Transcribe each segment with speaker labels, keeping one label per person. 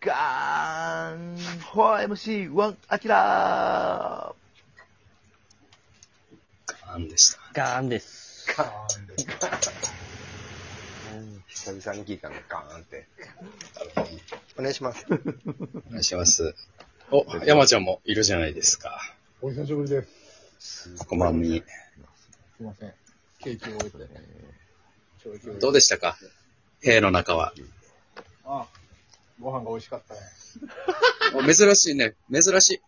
Speaker 1: ガーン !4MC1 アキラ
Speaker 2: ガンでした。
Speaker 3: ガーンです。
Speaker 4: ガーンって。久々に聞いたの、ガーンって。お願いします。
Speaker 2: お願いします。お、山ちゃんもいるじゃないですか。
Speaker 5: お久しぶりです。
Speaker 1: ー
Speaker 2: こんばんみ。
Speaker 5: すいません。ケーキを置いて。懲役を終えて
Speaker 2: どうでしたか部屋の中は。
Speaker 5: あ、ご飯が美味しかったね。
Speaker 2: お珍しいね。珍しい。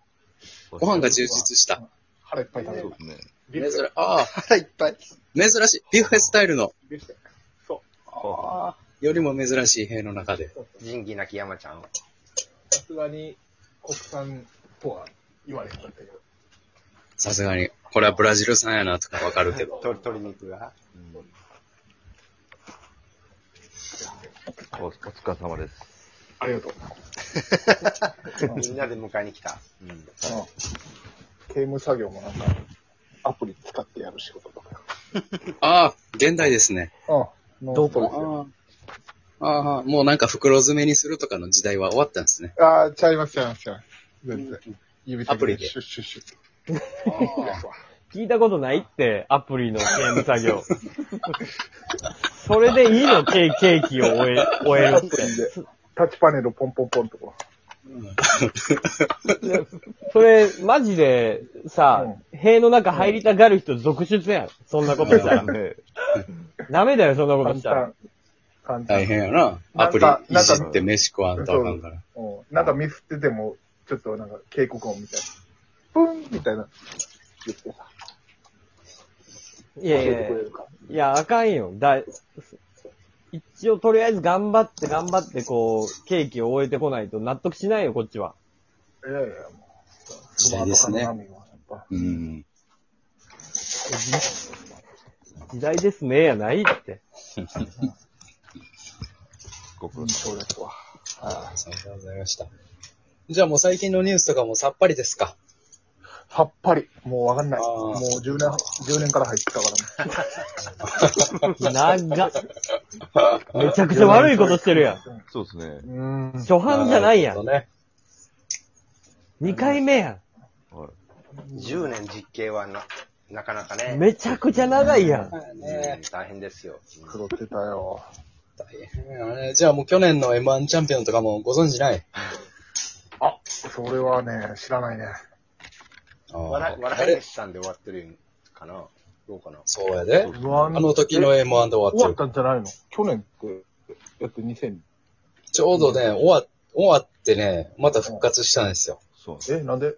Speaker 2: ご飯が充実した。
Speaker 5: 腹いっぱい食べ
Speaker 1: そう
Speaker 5: る。
Speaker 1: ですね。
Speaker 5: ビュ
Speaker 2: 珍
Speaker 5: ッ
Speaker 2: しい
Speaker 5: フェ。。
Speaker 2: ああ、
Speaker 4: 腹いっぱい。
Speaker 2: 珍しい。ビュッフェスタイルの
Speaker 5: ビュッフェ。そう。
Speaker 1: あ
Speaker 5: ああ、
Speaker 2: よりも珍しい部屋の中で。
Speaker 4: 仁義なき山ちゃんを。
Speaker 5: さすがに国産とは言われなかったけど。
Speaker 2: さすがに、これはブラジル産やなとかわかるけど。
Speaker 4: 鶏鶏肉が。
Speaker 1: おお疲れ様です。
Speaker 5: ありがとう。
Speaker 4: みんなで迎えに来た。
Speaker 5: うん刑務作業もなんか、アプリ使ってやる仕事とか。
Speaker 2: ああ、現代ですね。
Speaker 5: うん。どこ
Speaker 2: ああ、ああもうなんか袋詰めにするとかの時代は終わったんですね。
Speaker 5: ああ、ちゃいます、ちゃいます、ちゃいます。全然。指
Speaker 2: アプリで
Speaker 5: シュッシュッシュッ。
Speaker 3: 聞いたことないって、アプリのゲーム作業。それでいいのケーケーキを終え、終える
Speaker 5: アプリで。タッチパネルをポンポンポンとこ
Speaker 3: って。それ、マジで、さ、塀の中入りたがる人続出やん。そんなことしたら。
Speaker 1: ね
Speaker 3: ダメだよ、そんな
Speaker 5: う、
Speaker 3: こと
Speaker 5: 簡
Speaker 3: したら。
Speaker 5: 単。簡単
Speaker 2: 大。変やな。アプリいじって飯食わんとあかんから。
Speaker 5: うんなんかミスってても、ちょっとなんか警告音みたいな。プンみたいな。言ってさ。
Speaker 3: いやいやいや。いや、あかんよ。だ、一応とりあえず頑張って頑張ってこう、ケーキを終えてこないと納得しないよ、こっちは。
Speaker 5: いやいや、もう。
Speaker 2: 時代ですね
Speaker 5: トマト缶のラーメンはやっぱ
Speaker 2: うん。
Speaker 3: 時代ですね、やないって。
Speaker 1: ご苦
Speaker 5: う
Speaker 1: 労様。
Speaker 5: んそうですわ。
Speaker 2: ああ、そうでございました。じゃあもう最近のニュースとかもさっぱりですか
Speaker 5: さっぱり。もうわかんない。
Speaker 2: あー
Speaker 5: もう10年、10年から入ってたからね。
Speaker 3: 長っ。めちゃくちゃ悪いことしてるやん。
Speaker 1: そうですね。
Speaker 5: うん。
Speaker 3: 初版じゃないやん
Speaker 2: るほ。どね。
Speaker 3: 二回目や
Speaker 1: はい。
Speaker 4: 10年実刑はな、なかなかね。
Speaker 3: ん。めちゃくちゃ長いやん。
Speaker 2: はい
Speaker 4: うん
Speaker 2: ね
Speaker 4: 大変ですよ。
Speaker 5: 黒ってたよ。
Speaker 2: 大変やね。じゃあもう去年の M1 チャンピオンとかもご存知ない
Speaker 5: あ、それはね、知らないね。
Speaker 4: 笑い、笑い
Speaker 2: 誰
Speaker 4: 飯さんで終わってるかなどうかな
Speaker 2: そうやで。あ
Speaker 5: の
Speaker 2: の時の M1 で終
Speaker 5: 終
Speaker 2: わ
Speaker 5: わ
Speaker 2: っ
Speaker 5: って
Speaker 2: る。
Speaker 5: たんじゃないの去年って、やって2000。
Speaker 2: ちょうどね、終わ、終わってね、また復活したんですよ。
Speaker 1: そうなんです。
Speaker 5: え、なんで、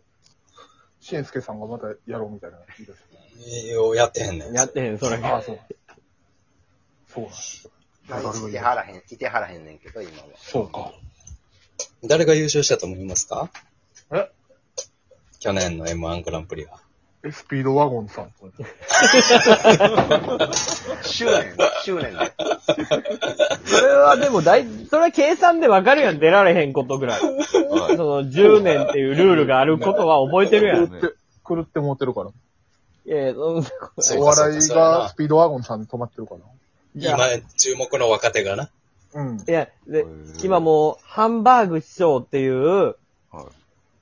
Speaker 5: しんすけさんがまたやろうみたいなの言い出し
Speaker 2: い
Speaker 5: た。
Speaker 2: ややってへんねん。
Speaker 3: やってへん、それ。
Speaker 5: あ、そう。そうなんだ
Speaker 4: まあいてはらへん、いてはらへんねんけど、今は。
Speaker 5: そうか。
Speaker 2: 誰が優勝したと思いますか
Speaker 5: え
Speaker 2: 去年の M1 グランプリは。
Speaker 5: え、スピードワゴンさん。
Speaker 4: 執念、執念で。
Speaker 3: それはでも大、それは計算でわかるやん、出られへんことぐらい。
Speaker 1: は
Speaker 3: そ
Speaker 1: い。
Speaker 3: の10年っていうルールがあることは覚えてるやん。
Speaker 5: 狂って、狂って持ってるから。
Speaker 3: いやいや、そんなことない
Speaker 2: そう
Speaker 5: お
Speaker 2: かそう
Speaker 5: 笑
Speaker 2: か
Speaker 5: い
Speaker 2: そうや
Speaker 5: が
Speaker 2: な
Speaker 5: スピードワゴンさんで止まってるか
Speaker 3: じゃあ
Speaker 2: 今、注目の若手がな。
Speaker 5: ら。うん。
Speaker 3: いや、
Speaker 1: へ
Speaker 3: で
Speaker 1: ー、
Speaker 3: 今もう、ハンバーグ師匠っていう、
Speaker 1: はい。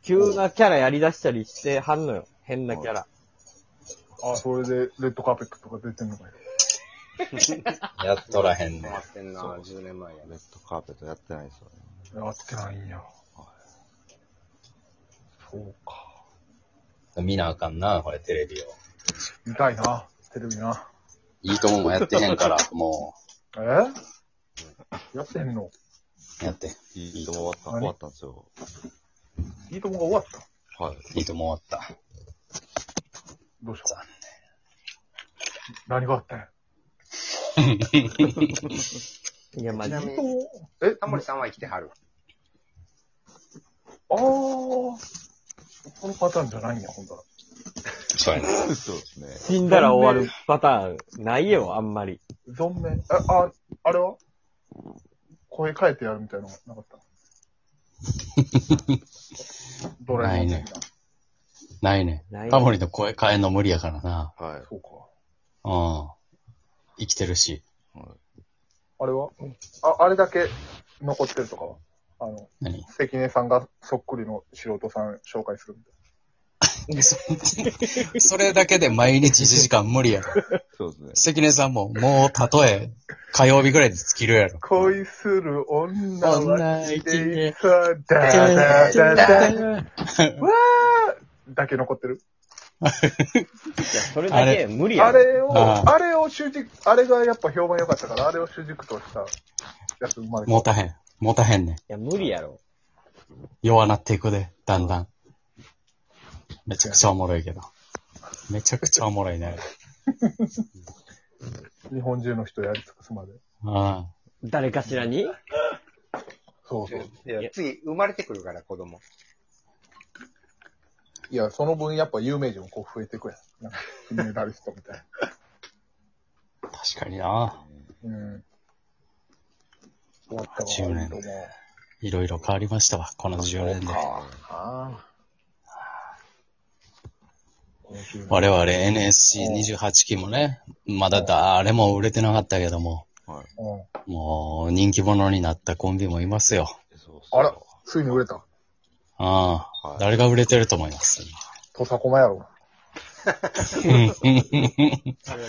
Speaker 3: 急なキャラやりだしたりしてはんのよ。変なキャラ。
Speaker 5: あ、それで、レッドカーペットとか出てんのかよ。
Speaker 2: やっとらへんね
Speaker 4: 回ってんな、10年前や
Speaker 1: レッドカーペットやってないですよね。
Speaker 5: やってないんや。そうか。
Speaker 2: ん。見なあかんな、これテレビを。
Speaker 5: 見たいな。テレビな。
Speaker 2: いいとももやってへん から、も
Speaker 5: えやってんの
Speaker 2: う、やって。
Speaker 1: いいとも終わった、終わったんですよ。
Speaker 5: いいともが終わった
Speaker 1: はい。
Speaker 2: いいとも終わった。
Speaker 5: どうした何があったんや
Speaker 3: いや、まあ、
Speaker 4: ちなみに、
Speaker 5: え
Speaker 4: タモリさんは生きてはる。
Speaker 5: ああ、このパターンじゃないんや、ほんとら。
Speaker 2: そうやね。
Speaker 1: そうですね。
Speaker 3: 死んだら終わるパターン、ないよ、あんまり。
Speaker 5: 存命。え、あ、あれは声変えてやるみたいなのなかったドラえもん的な。
Speaker 2: ないね
Speaker 3: ない。ね
Speaker 2: タモリの声変えんの無理やからな。
Speaker 1: はい。
Speaker 5: そうか。
Speaker 2: うん。生きてるし。
Speaker 1: はい
Speaker 5: あれはあ、あれだけ残ってるとかはあの、
Speaker 2: 何
Speaker 5: 関根さんがそっくりの素人さん紹介するみたい
Speaker 2: それそれだけで毎日1時間無理や ろ。
Speaker 6: そうですね。
Speaker 2: 関根さんも、もう、たとえ、火曜日ぐらいで尽きるや ろ。
Speaker 5: な。恋する女
Speaker 2: 女
Speaker 5: は
Speaker 2: は生
Speaker 5: 生き
Speaker 2: きて
Speaker 5: てい
Speaker 2: い
Speaker 5: た。だだだだだ。わーだけ残ってる。
Speaker 3: いや、それだけ無理や
Speaker 5: あ
Speaker 3: ろ。
Speaker 5: れを、
Speaker 2: あ
Speaker 5: あ
Speaker 2: あ
Speaker 5: れを主軸、あれがやっぱ評判良かったから、あれを主軸としたやつ生まれ
Speaker 2: 持
Speaker 5: た。
Speaker 2: たへん。持たへんねん。
Speaker 3: いや、無理やろ。
Speaker 2: 弱なっていくで、だんだん。めちゃくちゃおもろいけど。めちゃくちゃおもろいね。
Speaker 5: 日本中の人やり尽くすまで。
Speaker 2: うん。
Speaker 3: 誰かしらに
Speaker 5: そうそう。
Speaker 4: いや、次、生まれてくるから、子供。
Speaker 5: いや、その分やっぱ有名人もこう増えていくやん。なんか、金メダリストみたい
Speaker 2: 確かにな。
Speaker 5: な。うん。終わった
Speaker 2: 10年
Speaker 5: と思う。
Speaker 2: いろいろ変わりましたわ、この10年で。
Speaker 5: ああ。
Speaker 2: 我々 NSC28 期もね、まだ誰も売れてなかったけども、
Speaker 6: はい。
Speaker 5: うん
Speaker 2: もう人気者になったコンビもいますよ。
Speaker 6: そうそう
Speaker 5: あら、ついに売れた。
Speaker 2: うん。誰が売れてると思います。
Speaker 5: 土佐駒やろ。
Speaker 4: あの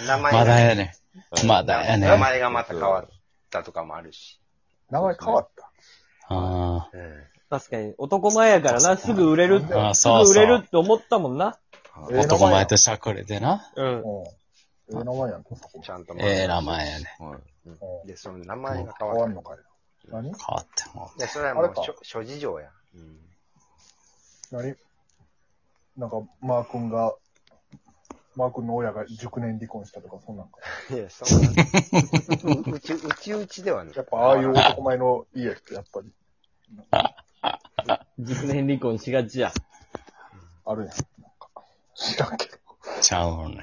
Speaker 4: 名
Speaker 2: ま
Speaker 4: 前が
Speaker 2: だやね。
Speaker 6: はい
Speaker 2: まだやね。
Speaker 4: 名前がまた変わったとかもあるし。
Speaker 5: 名前変わった。
Speaker 2: うん。
Speaker 4: うん。
Speaker 3: 確かに、男前やからな、すぐ売れる、
Speaker 2: あ
Speaker 3: す
Speaker 2: そう
Speaker 3: ぐ
Speaker 2: そう
Speaker 3: 売れるって思ったもんな。
Speaker 6: は
Speaker 5: ええ名前や
Speaker 2: 男前としゃくれてな。
Speaker 3: うん。
Speaker 5: うん。ええ名前やん、土佐駒
Speaker 4: ち。ゃんと。
Speaker 2: ええ名。前やね。
Speaker 6: い。はい。
Speaker 5: うん
Speaker 4: で、その名前が変
Speaker 5: 変
Speaker 4: わ
Speaker 5: わ
Speaker 4: っ
Speaker 5: んのかよ。何
Speaker 2: 変わっても
Speaker 4: た。いや、それはも
Speaker 5: あ
Speaker 4: う
Speaker 5: れか、
Speaker 4: 諸諸事情や。うん。
Speaker 5: 何なんか、マー君が、マー君の親が熟年離婚したとか、そんなんか。
Speaker 4: いや、そんな。 うち、うちうちではね。
Speaker 5: やっぱ、ああいう男前の家って、やっぱり、
Speaker 3: 実年離婚しがちや。
Speaker 5: あるやん。なんか、知らんけど。
Speaker 2: うちゃうね。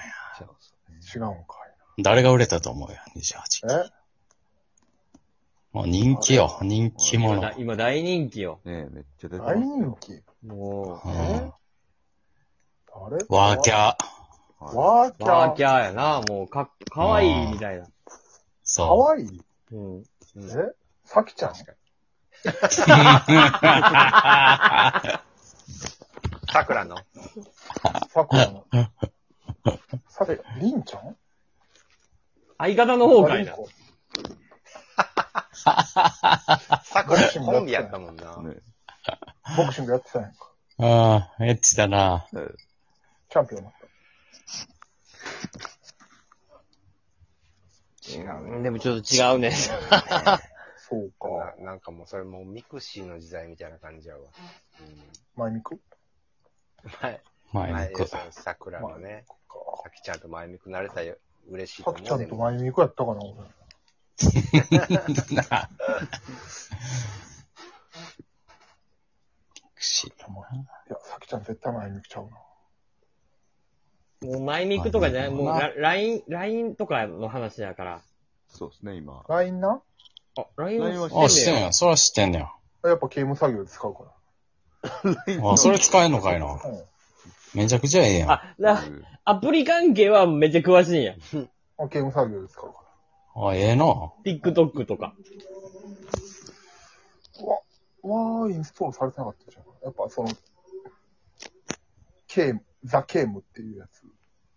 Speaker 5: 違うんか
Speaker 2: 誰が売れたと思うよ、28。
Speaker 5: いな。え
Speaker 2: もう人気よ、人気
Speaker 3: 今
Speaker 2: 者
Speaker 3: だ。今大人気よ。
Speaker 6: ねえ、めっちゃ出てます
Speaker 5: 大。人気
Speaker 3: も
Speaker 2: うん
Speaker 5: 誰
Speaker 2: ワーキャー。
Speaker 6: はい
Speaker 5: ワーキ
Speaker 3: う、
Speaker 5: ャー。
Speaker 3: ワーキャーやな、もう、か、かわいいみたいな。
Speaker 5: か
Speaker 2: そ
Speaker 5: わいい
Speaker 3: うん。
Speaker 5: えさきちゃん
Speaker 4: 桜の
Speaker 5: さくらの。さて、りんちゃん
Speaker 3: 相方の方かいな。
Speaker 4: 桜コンビやったもんな。
Speaker 6: ね
Speaker 5: ボクシングやってたやんか。
Speaker 2: う。ああ、エッチだな。
Speaker 5: チャンピオンになっ
Speaker 3: でもちょっと違うね。
Speaker 5: た。そうか。
Speaker 4: ななんかもうそれもうミクシーの時代みたいな感じやわ。うん
Speaker 5: 前ミク
Speaker 4: 前、
Speaker 2: 前
Speaker 4: 前
Speaker 2: 向く。
Speaker 4: その桜のね、さきちゃんと前ミク慣れたよ。嬉しいと
Speaker 5: さ
Speaker 4: 思
Speaker 5: き
Speaker 4: う
Speaker 5: ちゃ
Speaker 4: で
Speaker 5: んと
Speaker 4: も
Speaker 5: 前ミクやったかな、俺。
Speaker 2: し
Speaker 5: いや、さきちゃん絶対前ミクちゃうな。
Speaker 3: もう、前に行くとかじゃない、
Speaker 2: まあ
Speaker 3: もう、ラライン、ラインとかの話だから。
Speaker 6: そうですね、今。
Speaker 5: LINE な
Speaker 3: あ、ラインは
Speaker 2: あ、知
Speaker 3: し
Speaker 2: ってて
Speaker 3: ん
Speaker 2: ん
Speaker 3: ねや
Speaker 2: よ。そら知ってんねよ。
Speaker 5: やっぱ刑務作業で使うか
Speaker 2: あ、それ使えんのかいな。
Speaker 5: ら。うん。
Speaker 2: めちゃくちゃええやん。あ
Speaker 3: あ、な、アプリ関係はめっちゃ詳しいんや。
Speaker 5: あ刑務作業で使うか
Speaker 2: ええな。
Speaker 3: TikTok とか。
Speaker 5: ら。わー、インストールされてなかったじゃん。やっぱその、刑務、ザ・刑務っていうやつ。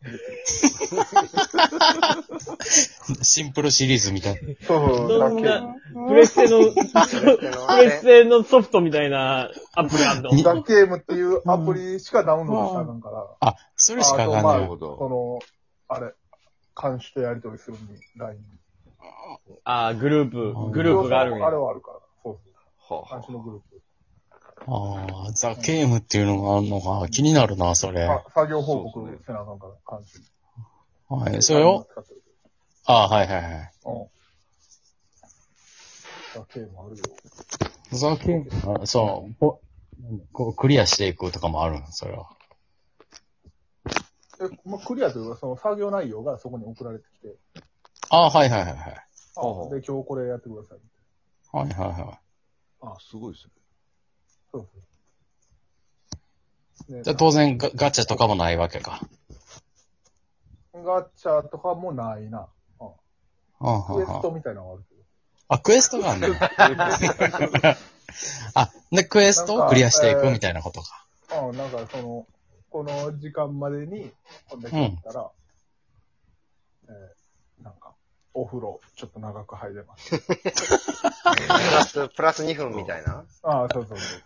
Speaker 2: シンプルシリーズみたいな。
Speaker 5: そうそう、ザ・
Speaker 3: そん
Speaker 5: 刑務
Speaker 3: な。、 プレステの、
Speaker 4: テの
Speaker 3: プレステのソフトみたいなアプリあんの
Speaker 5: ザ・刑務っていうアプリしかダウンロードしたらあかんから。
Speaker 2: あ、それしかあかん
Speaker 5: ま
Speaker 6: な
Speaker 5: あ
Speaker 2: ね
Speaker 6: る
Speaker 2: よ。
Speaker 6: ほど。
Speaker 5: その、あれ、監視とやり取りするのに、LINE。
Speaker 3: あーグループ、グループがあるんや
Speaker 5: あれ。はあるから。そうそう。
Speaker 6: は
Speaker 5: 監視のグループ。
Speaker 2: ああ、ザ・ゲームっていうのがあるのが気になるな、それ。
Speaker 5: あ作業報
Speaker 6: そうです
Speaker 5: 告
Speaker 6: ね
Speaker 5: せなあかんから、監視。
Speaker 2: はい、それを、
Speaker 5: 使ってる
Speaker 2: あはいはいはい。
Speaker 5: けどうん。だけもあるよ。
Speaker 2: ザキあそう、ぽこうクリアしていくとかもあるの、それは。
Speaker 5: え、まあ、クリアというか、その作業内容がそこに送られてきて、
Speaker 2: あはいはいはいはい。
Speaker 5: あ
Speaker 6: ほうほう
Speaker 5: で、今日これやってください。
Speaker 2: はいはいは
Speaker 6: あ、すごいですね。
Speaker 5: そうそう。ね
Speaker 2: い。じゃあ当然ガガチャとかもないわけか。
Speaker 5: ガチャとかもないな。
Speaker 2: うん
Speaker 5: ク
Speaker 2: う
Speaker 5: エ
Speaker 2: んう
Speaker 5: ス
Speaker 2: ん
Speaker 5: トみたいなのがあるけど。
Speaker 2: あ、クエストがあんねん。 あ、で、クエスト
Speaker 5: なん
Speaker 2: を
Speaker 5: か
Speaker 2: クリアしてい
Speaker 5: え
Speaker 2: く
Speaker 5: ー
Speaker 2: みたいなことか。
Speaker 5: うん、なんかその、この時間までに、こんだけやったら、えーなんか、お風呂、ちょっと長く入れます。
Speaker 4: プラス、プラス2分みたいな。
Speaker 5: ああ、そうそうそう。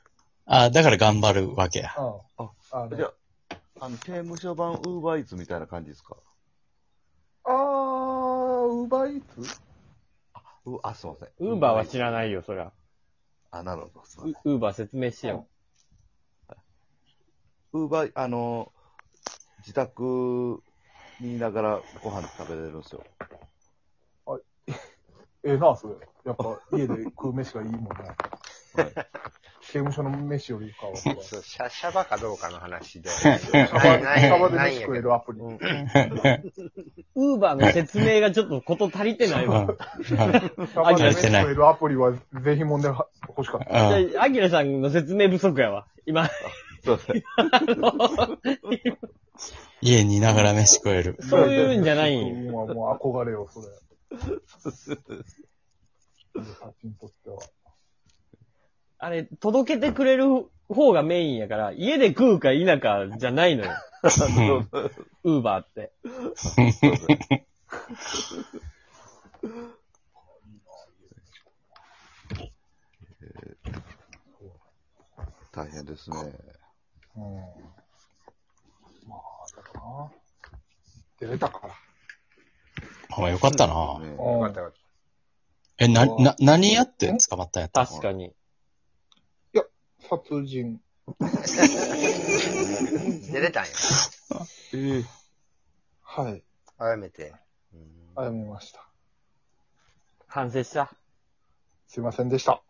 Speaker 2: あ、だから頑張るわけや。
Speaker 5: うん。
Speaker 6: あ
Speaker 5: あの
Speaker 6: じゃあ、あの、刑務所版ウーバーイーツみたいな感じですか
Speaker 5: あー、ウーバーイーツ
Speaker 6: うあ、すいません。
Speaker 3: ウーバーは知らないよ、そりゃ。
Speaker 6: あ、なるほど。すいません
Speaker 3: ウーバー説明してよ。
Speaker 6: ウーバー、あの、自宅にいながらご飯食べれるんですよ。
Speaker 5: ええな、それ。やっぱ、家で食う飯がいいもんね。
Speaker 6: はい
Speaker 5: 刑務所の飯よりかは。
Speaker 4: そうシャシャバかどうかの話で。ないない
Speaker 5: 川で
Speaker 4: ないん
Speaker 5: 飯
Speaker 4: やけ
Speaker 5: 食える
Speaker 4: ど。
Speaker 5: アプリ。
Speaker 3: ウーバーの説明がちょっとこと足りてない
Speaker 2: うん。う
Speaker 3: わ。
Speaker 2: ん。
Speaker 5: 川で飯食えるアプリは、ぜひもんでは欲しかった。
Speaker 2: うん
Speaker 3: じゃあ、アキラさんの説明不足やわ。今、
Speaker 6: そうです ね。
Speaker 2: 家にいながら飯食える。
Speaker 3: そういうんじゃないんよ。
Speaker 5: もうもう憧れよ、それ。写真としては。
Speaker 3: あれ、届けてくれる方がメインやから、家で食うか否かじゃないのよ。ウーバーって。
Speaker 6: 大変ですね。
Speaker 5: うん。まあ、だからな。出れたから。
Speaker 2: お前よかったな。
Speaker 6: ね
Speaker 4: よかったよかっ
Speaker 2: え、な、な、何やって捕まったんやった
Speaker 3: 確かに。
Speaker 5: 殺人。
Speaker 4: た出れたんや。
Speaker 6: ええ
Speaker 5: はい。
Speaker 4: あやめて。うん
Speaker 5: 謝りました。
Speaker 3: 反省した。
Speaker 5: すいませんでした。